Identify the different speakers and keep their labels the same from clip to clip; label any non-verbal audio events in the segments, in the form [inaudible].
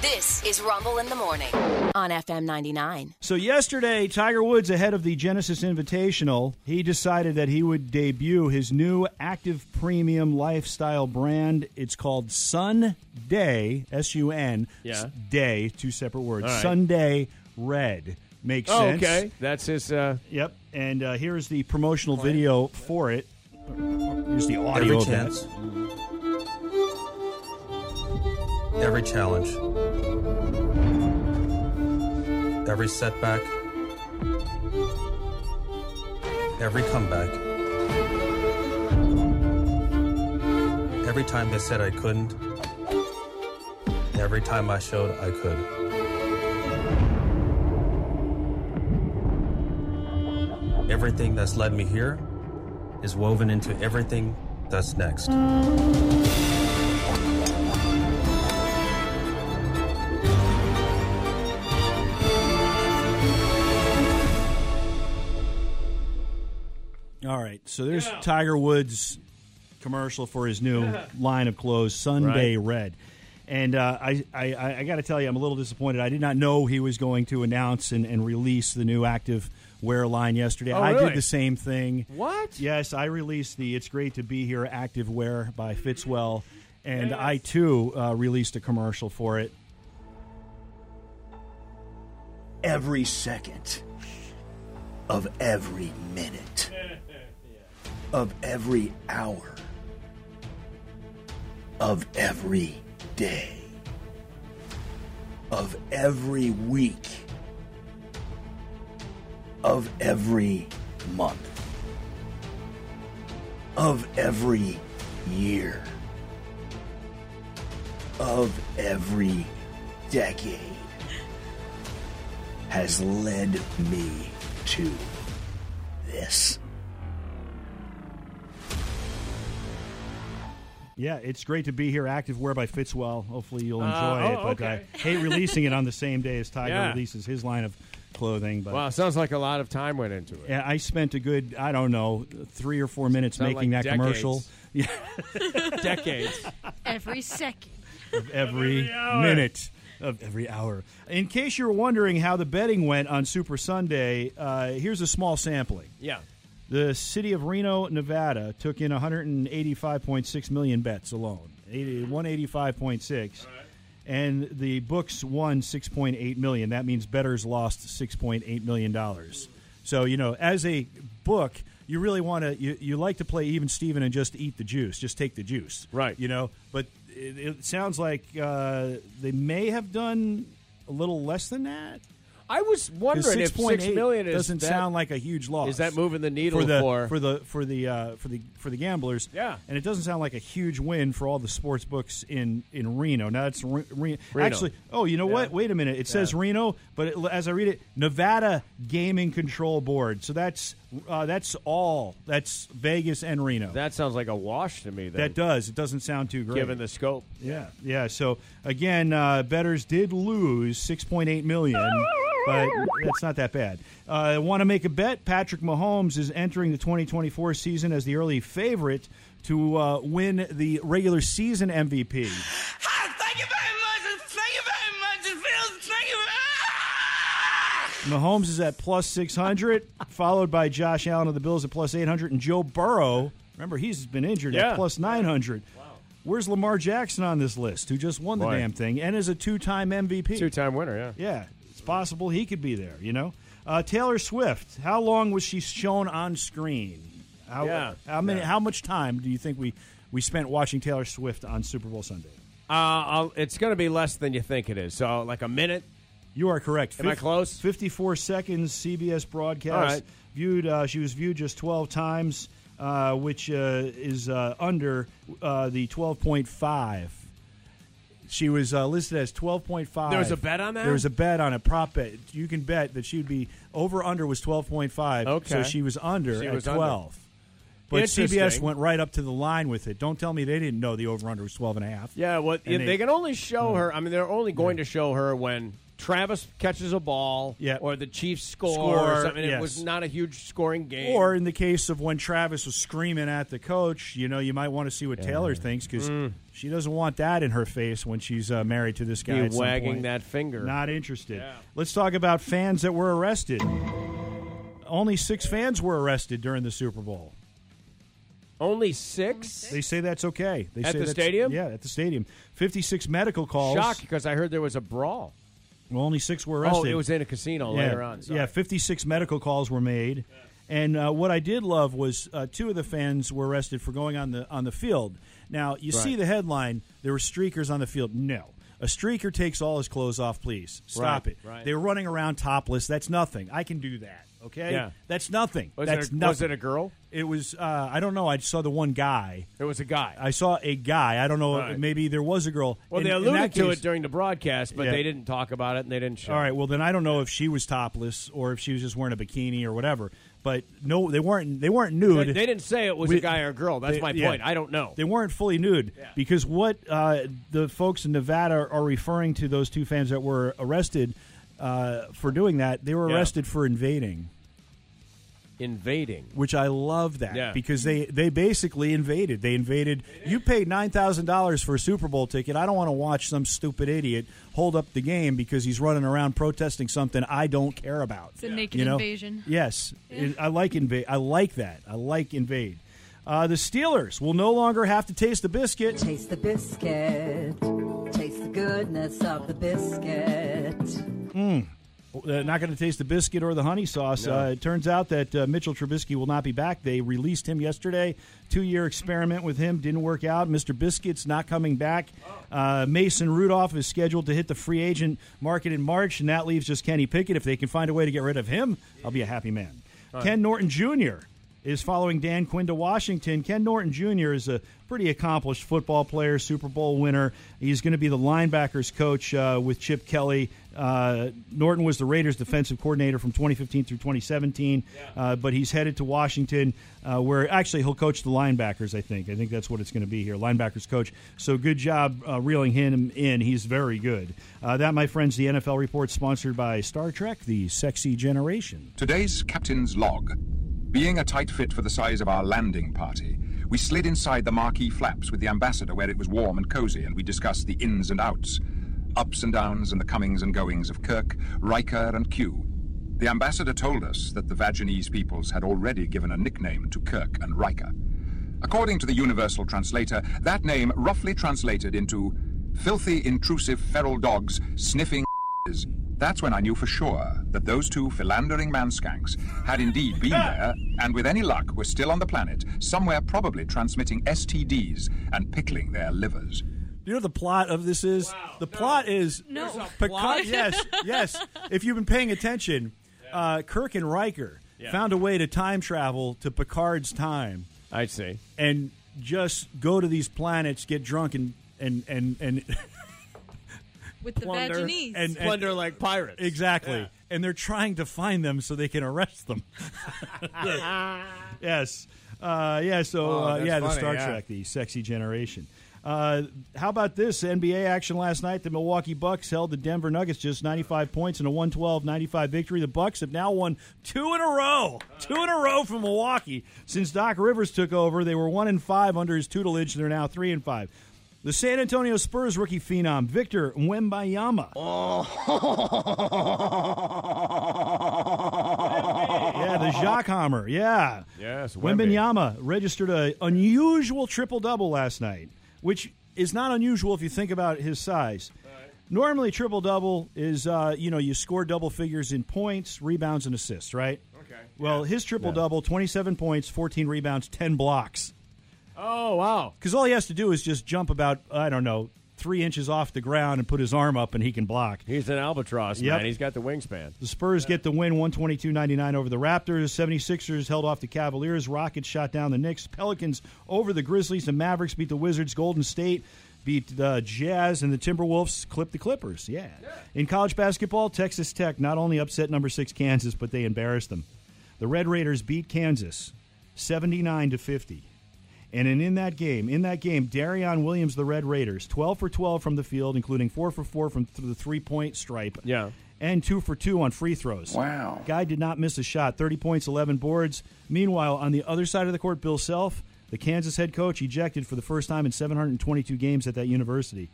Speaker 1: This is Rumble in the Morning on FM 99.
Speaker 2: So yesterday, Tiger Woods, ahead of the Genesis Invitational, he decided that he would debut his new active premium lifestyle brand. It's called Sun Day, S U N,
Speaker 3: Yeah.
Speaker 2: Day, two separate words.
Speaker 3: All right.
Speaker 2: Sunday Red makes
Speaker 3: Oh,
Speaker 2: sense.
Speaker 3: okay. That's his. Uh,
Speaker 2: Yep. And uh, here is the promotional video for it. Here's the audio
Speaker 4: Every
Speaker 2: of that.
Speaker 4: chance. Every challenge. Every setback. Every comeback. Every time they said I couldn't. Every time I showed I could. Everything that's led me here is woven into everything that's next.
Speaker 2: All right. So there's Tiger Woods commercial for his new line of clothes, Sunday Red. And uh, I, I, I got to tell you, I'm a little disappointed. I did not know he was going to announce and, and release the new active wear line yesterday.
Speaker 3: Oh,
Speaker 2: I
Speaker 3: really?
Speaker 2: did the same thing.
Speaker 3: What?
Speaker 2: Yes, I released the It's Great to Be Here active wear by Fitzwell. And I, too, uh, released a commercial for it.
Speaker 5: every second of every minute of every hour of every day of every week of every month of every year of every decade has led me to this.
Speaker 2: Yeah, it's great to be here. Active wear by Fitzwell. Hopefully you'll enjoy
Speaker 3: Uh, oh,
Speaker 2: it. But
Speaker 3: okay.
Speaker 2: I hate releasing it on the same day as Tiger
Speaker 3: Yeah.
Speaker 2: releases his line of clothing. But
Speaker 3: wow, sounds like a lot of time went into it.
Speaker 2: yeah, I spent a good, I don't know, three or four minutes
Speaker 3: Sound
Speaker 2: making
Speaker 3: like
Speaker 2: that commercial
Speaker 3: Decades.
Speaker 6: Every second.
Speaker 2: of every,
Speaker 3: hour.
Speaker 2: minute of every hour. In case you're wondering how the betting went on Super Sunday, uh, here's a small sampling.
Speaker 3: [laughs] Yeah.
Speaker 2: The city of Reno, Nevada, took in 185.6 million bets alone, 80 185.6, and the books won 6.8 million. That means bettors lost 6.8 million dollars. So you know, as a book, you really want to you, you like to play even Steven and just eat the juice, just take the juice,
Speaker 3: Right.
Speaker 2: You know, but it, it sounds like uh, they may have done a little less than that.
Speaker 3: I was
Speaker 2: 'Cause
Speaker 3: wondering if six
Speaker 2: 6.8
Speaker 3: million is
Speaker 2: doesn't
Speaker 3: that-
Speaker 2: sound like a huge loss.
Speaker 3: Is that moving the needle
Speaker 2: for the
Speaker 3: for-
Speaker 2: the for the uh, for the for the gamblers?
Speaker 3: Yeah.
Speaker 2: and it doesn't sound like a huge win for all the sports books in in Reno. Now it's Re- Re-
Speaker 3: Reno.
Speaker 2: actually. Oh, you know what? Wait a minute. It says Reno, but it, as I read it, Nevada Gaming Control Board. So that's uh, that's all. That's Vegas and Reno.
Speaker 3: That sounds like a wash to me. Then,
Speaker 2: that does. It doesn't sound too great.
Speaker 3: given the scope.
Speaker 2: Yeah, yeah. So again, uh, betters did lose six point eight million, but that's not that bad. Uh, Want to make a bet? Patrick Mahomes is entering the twenty twenty four season as the early favorite to uh, win the regular season MVP.
Speaker 7: Thank you very much. and Thank you very much. It feels. Thank you. Ah!
Speaker 2: Mahomes is at plus six hundred, followed by Josh Allen of the Bills at plus eight hundred, and Joe Burrow. Remember, he's been injured
Speaker 3: Yeah.
Speaker 2: at plus nine hundred. Where's Lamar Jackson on this list, who just won the
Speaker 3: Boy.
Speaker 2: damn thing and is a two-time MVP?
Speaker 3: Two-time winner. Yeah.
Speaker 2: Yeah, it's possible he could be there. You know, uh, Taylor Swift. How long was she shown on screen? How,
Speaker 3: Yeah.
Speaker 2: how many? How much time do you think we we spent watching Taylor Swift on Super Bowl Sunday?
Speaker 3: Uh, I'll, it's going to be less than you think it is. So, like a minute.
Speaker 2: You are correct.
Speaker 3: Am I
Speaker 2: Fif-
Speaker 3: close?
Speaker 2: Fifty-four seconds. CBS broadcast.
Speaker 3: All right.
Speaker 2: Viewed. Uh, she was viewed just twelve times, uh, which uh, is uh, under uh, the twelve point five. She was uh, listed as twelve point five.
Speaker 3: There was a bet on that?
Speaker 2: There was a bet on a prop bet. You can bet that she'd be over under was twelve point five.
Speaker 3: Okay.
Speaker 2: So she was under
Speaker 3: She
Speaker 2: at
Speaker 3: was under.
Speaker 2: twelve. But CBS
Speaker 3: Interesting.
Speaker 2: went right up to the line with it. Don't tell me they didn't know the over under was twelve and a half.
Speaker 3: Yeah. Well,
Speaker 2: And Mm.
Speaker 3: they, can only show her. I mean, they're only going to show her when Travis catches a ball,
Speaker 2: Yeah.
Speaker 3: or the Chiefs score,
Speaker 2: Score,
Speaker 3: or something. It
Speaker 2: yes.
Speaker 3: was not a huge scoring game.
Speaker 2: Or in the case of when Travis was screaming at the coach, you know, you might want to see what Taylor thinks because she doesn't want that in her face when she's uh, married to this guy.
Speaker 3: Mm. Be
Speaker 2: at some
Speaker 3: wagging
Speaker 2: point.
Speaker 3: that finger.
Speaker 2: Not interested. Let's talk about fans that were arrested. Only six fans were arrested during the Super Bowl.
Speaker 3: Only six.
Speaker 2: They say that's okay. They say
Speaker 3: At the
Speaker 2: that's-
Speaker 3: stadium?
Speaker 2: Yeah, at the stadium. Fifty-six medical calls.
Speaker 3: Shocked because I heard there was a brawl.
Speaker 2: Well, only six were arrested.
Speaker 3: Oh, it was in a casino later on. Sorry.
Speaker 2: Yeah, 56 medical calls were made. And uh, what I did love was uh, two of the fans were arrested for going on the on the field. Now you see
Speaker 3: Right.
Speaker 2: the headline: there were streakers on the field. No, a streaker takes all his clothes off. Please stop
Speaker 3: Right,
Speaker 2: it.
Speaker 3: right.
Speaker 2: They're running around topless. That's nothing. I can do that. Okay.
Speaker 3: Yeah.
Speaker 2: That's nothing.
Speaker 3: Was,
Speaker 2: That's
Speaker 3: it a,
Speaker 2: nothing.
Speaker 3: was it a girl?
Speaker 2: It was. Uh, I don't know. I saw the one guy.
Speaker 3: It was a guy.
Speaker 2: I saw a guy. I don't know.
Speaker 3: Right.
Speaker 2: Maybe there was a girl.
Speaker 3: well,
Speaker 2: In-
Speaker 3: they
Speaker 2: in
Speaker 3: alluded
Speaker 2: that
Speaker 3: to
Speaker 2: case-
Speaker 3: it during the broadcast, but
Speaker 2: Yeah.
Speaker 3: they didn't talk about it and they didn't show.
Speaker 2: all right. Well, then I don't know if she was topless or if she was just wearing a bikini or whatever. But no, they weren't. They weren't
Speaker 3: They,
Speaker 2: nude.
Speaker 3: they didn't say it was
Speaker 2: We-
Speaker 3: a guy or a girl. That's
Speaker 2: They-
Speaker 3: my
Speaker 2: yeah.
Speaker 3: point. I don't know.
Speaker 2: They weren't fully nude because what uh, the folks in Nevada are referring to those two fans that were arrested uh, for doing that. They were
Speaker 3: Yeah.
Speaker 2: arrested for invading,
Speaker 3: Invading.
Speaker 2: which I love that
Speaker 3: Yeah.
Speaker 2: because they they basically invaded. They invaded. You paid nine thousand dollars for a Super Bowl ticket. I don't want to watch some stupid idiot hold up the game because he's running around protesting something I don't care about.
Speaker 6: It's a naked
Speaker 2: you know?
Speaker 6: invasion.
Speaker 2: Yes, It- I like invade. I like that. I like invade. Uh, the Steelers will no longer have to taste the biscuit.
Speaker 8: Taste the biscuit. Taste the goodness of the biscuit.
Speaker 2: Uh, not going to taste the biscuit or the honey sauce. Uh, it turns out that uh, Mitchell Trubisky will not be back. They released him yesterday. Two-year experiment with him didn't work out. Mr. Biscuit's not coming back. Uh, Mason Rudolph is scheduled to hit the free agent market in March, and that leaves just Kenny Pickett. If they can find a way to get rid of him, I'll be a happy man. Ken Norton Jr. is following Dan Quinn to Washington. Ken Norton Jr. is a pretty accomplished football player, Super Bowl winner. He's going to be the linebackers coach uh, with Chip Kelly. Uh, Norton was the Raiders defensive coordinator from 2015 through 2017, uh, but he's headed to Washington, uh, where actually he'll coach the linebackers. I think. I think that's what it's going to be here, linebackers coach. So good job uh, reeling him in. He's very good. Uh, that, my friends, the NFL report sponsored by Star Trek: The Sexy Generation.
Speaker 9: Today's captain's log. Being a tight fit for the size of our landing party, we slid inside the marquee flaps with the ambassador where it was warm and cozy, and we discussed the ins and outs, ups and downs, and the comings and goings of Kirk, Riker, and Q. The ambassador told us that the Vaginese peoples had already given a nickname to Kirk and Riker. According to the Universal Translator, that name roughly translated into filthy, intrusive feral dogs sniffing. is." That's when I knew for sure that those two philandering manskanks had indeed been there, and with any luck were still on the planet, somewhere probably transmitting STDs and pickling their livers.
Speaker 2: Do you know what the plot of this is? The plot is
Speaker 6: No. There's a
Speaker 2: Picard-
Speaker 6: plot?
Speaker 2: yes, yes. If you've been paying attention, uh, Kirk and Riker found a way to time travel to Picard's time
Speaker 3: I see.
Speaker 2: and just go to these planets, get drunk, and and and and
Speaker 6: With the
Speaker 2: Plunder
Speaker 6: vaginese.
Speaker 2: and-
Speaker 3: Plunder like pirates.
Speaker 2: exactly. And they're trying to find them so they can arrest them. yes. Uh, yeah, so
Speaker 3: Oh,
Speaker 2: uh,
Speaker 3: that's
Speaker 2: yeah, the
Speaker 3: funny,
Speaker 2: Star
Speaker 3: yeah.
Speaker 2: Trek, the sexy generation. Uh, how about this NBA action last night? The Milwaukee Bucks held the Denver Nuggets just 95 points in a 112-95 victory. The Bucks have now won two in a row, two in a row from Milwaukee since Doc Rivers took over. They were one and five under his tutelage. They're now three and five. The San Antonio Spurs rookie phenom Victor
Speaker 3: [laughs]
Speaker 2: Wembayama. Yeah,
Speaker 3: [laughs]
Speaker 2: the Jacques Hammer. Yeah.
Speaker 3: Yes, Wemby.
Speaker 2: Wembenyama registered a unusual triple double last night, which is not unusual if you think about his size. Normally, triple double is uh, you know you score double figures in points, rebounds, and assists, right? Okay. Well, his triple double: twenty-seven points, fourteen rebounds, ten blocks.
Speaker 3: Oh wow.
Speaker 2: Because all he has to do is just jump about I don't know three inches off the ground and put his arm up, and he can block.
Speaker 3: He's an albatross,
Speaker 2: Yep.
Speaker 3: man. He's got the wingspan.
Speaker 2: The Spurs get the win 122-99 over the Raptors. 76ers held off the Cavaliers. Rockets shot down the Knicks. Pelicans over the Grizzlies. The Mavericks beat the Wizards. Golden State beat the Jazz and the Timberwolves clip the Clippers. Yeah. In college basketball, Texas Tech not only upset number 6 Kansas, but they embarrassed them. The Red Raiders beat Kansas 79 to 50. And in, in that game, in that game, Darion Williams, the Red Raiders, 12 for 12 from the field, including 4 for 4 from th- the three point stripe.
Speaker 3: Yeah.
Speaker 2: And 2 for 2 on free throws.
Speaker 9: Wow.
Speaker 2: Guy did not miss a shot. 30 points, 11 boards. Meanwhile, on the other side of the court, Bill Self, the Kansas head coach, ejected for the first time in 722 games at that university.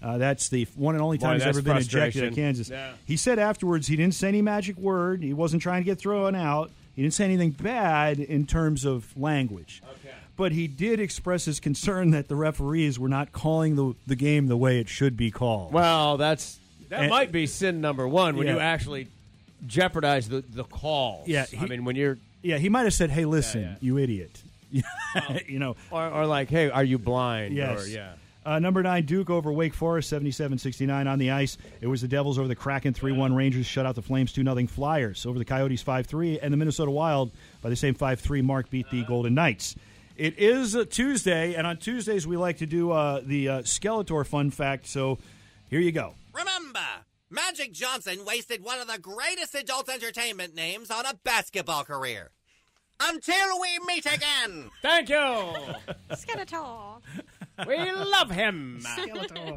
Speaker 2: Uh, that's the one and only
Speaker 3: Boy,
Speaker 2: time he's
Speaker 3: that's
Speaker 2: ever been ejected
Speaker 3: frustration.
Speaker 2: at Kansas.
Speaker 3: Yeah.
Speaker 2: He said afterwards he didn't say any magic word. He wasn't trying to get thrown out. He didn't say anything bad in terms of language. Okay. But he did express his concern that the referees were not calling the, the game the way it should be called.
Speaker 3: Well, that's that
Speaker 2: And-
Speaker 3: might be sin number one when
Speaker 2: Yeah.
Speaker 3: you actually jeopardize the the calls.
Speaker 2: Yeah,
Speaker 3: I
Speaker 2: he-
Speaker 3: mean when you're
Speaker 2: yeah, he might have said, hey, listen,
Speaker 3: yeah.
Speaker 2: you idiot. [laughs] you know,
Speaker 3: or, or like, hey, are you blind?
Speaker 2: Yes.
Speaker 3: Or, yeah.
Speaker 2: Uh, number nine, Duke over Wake Forest, 77 69 on the ice. It was the Devils over the Kraken 3 1. Rangers shut out the Flames 2 0. Flyers over the Coyotes 5 3. And the Minnesota Wild by the same 5 3 mark beat the Golden Knights. It is a Tuesday, and on Tuesdays we like to do uh, the uh, Skeletor fun fact. So here you go.
Speaker 7: Remember, Magic Johnson wasted one of the greatest adult entertainment names on a basketball career. Until we meet again!
Speaker 3: Thank you.
Speaker 6: Skeletor.
Speaker 3: We love him. all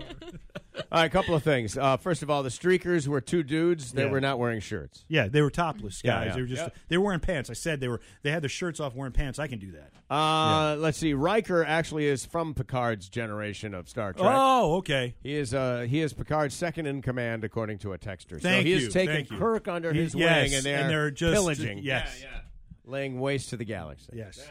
Speaker 3: right, a couple of things. Uh, first of all, the streakers were two dudes that
Speaker 2: Yeah.
Speaker 3: were not wearing shirts.
Speaker 2: Yeah, they were topless
Speaker 3: Yeah,
Speaker 2: guys.
Speaker 3: yeah.
Speaker 2: They were just
Speaker 3: Yep.
Speaker 2: they were wearing pants. I said they were they had their shirts off wearing pants. I can do that.
Speaker 3: Uh, Let's see. Riker actually is from Picard's generation of Star Trek.
Speaker 2: Oh, okay.
Speaker 3: He is uh, he is Picard's second in command, according to a texter.
Speaker 2: Thank
Speaker 3: so he
Speaker 2: you,
Speaker 3: is taking
Speaker 2: thank you.
Speaker 3: Kirk under
Speaker 2: He-
Speaker 3: his
Speaker 2: yes,
Speaker 3: wing, and they're,
Speaker 2: and they're just-
Speaker 3: pillaging,
Speaker 2: yes. Yeah,
Speaker 3: laying waste to the galaxy.
Speaker 2: Yes.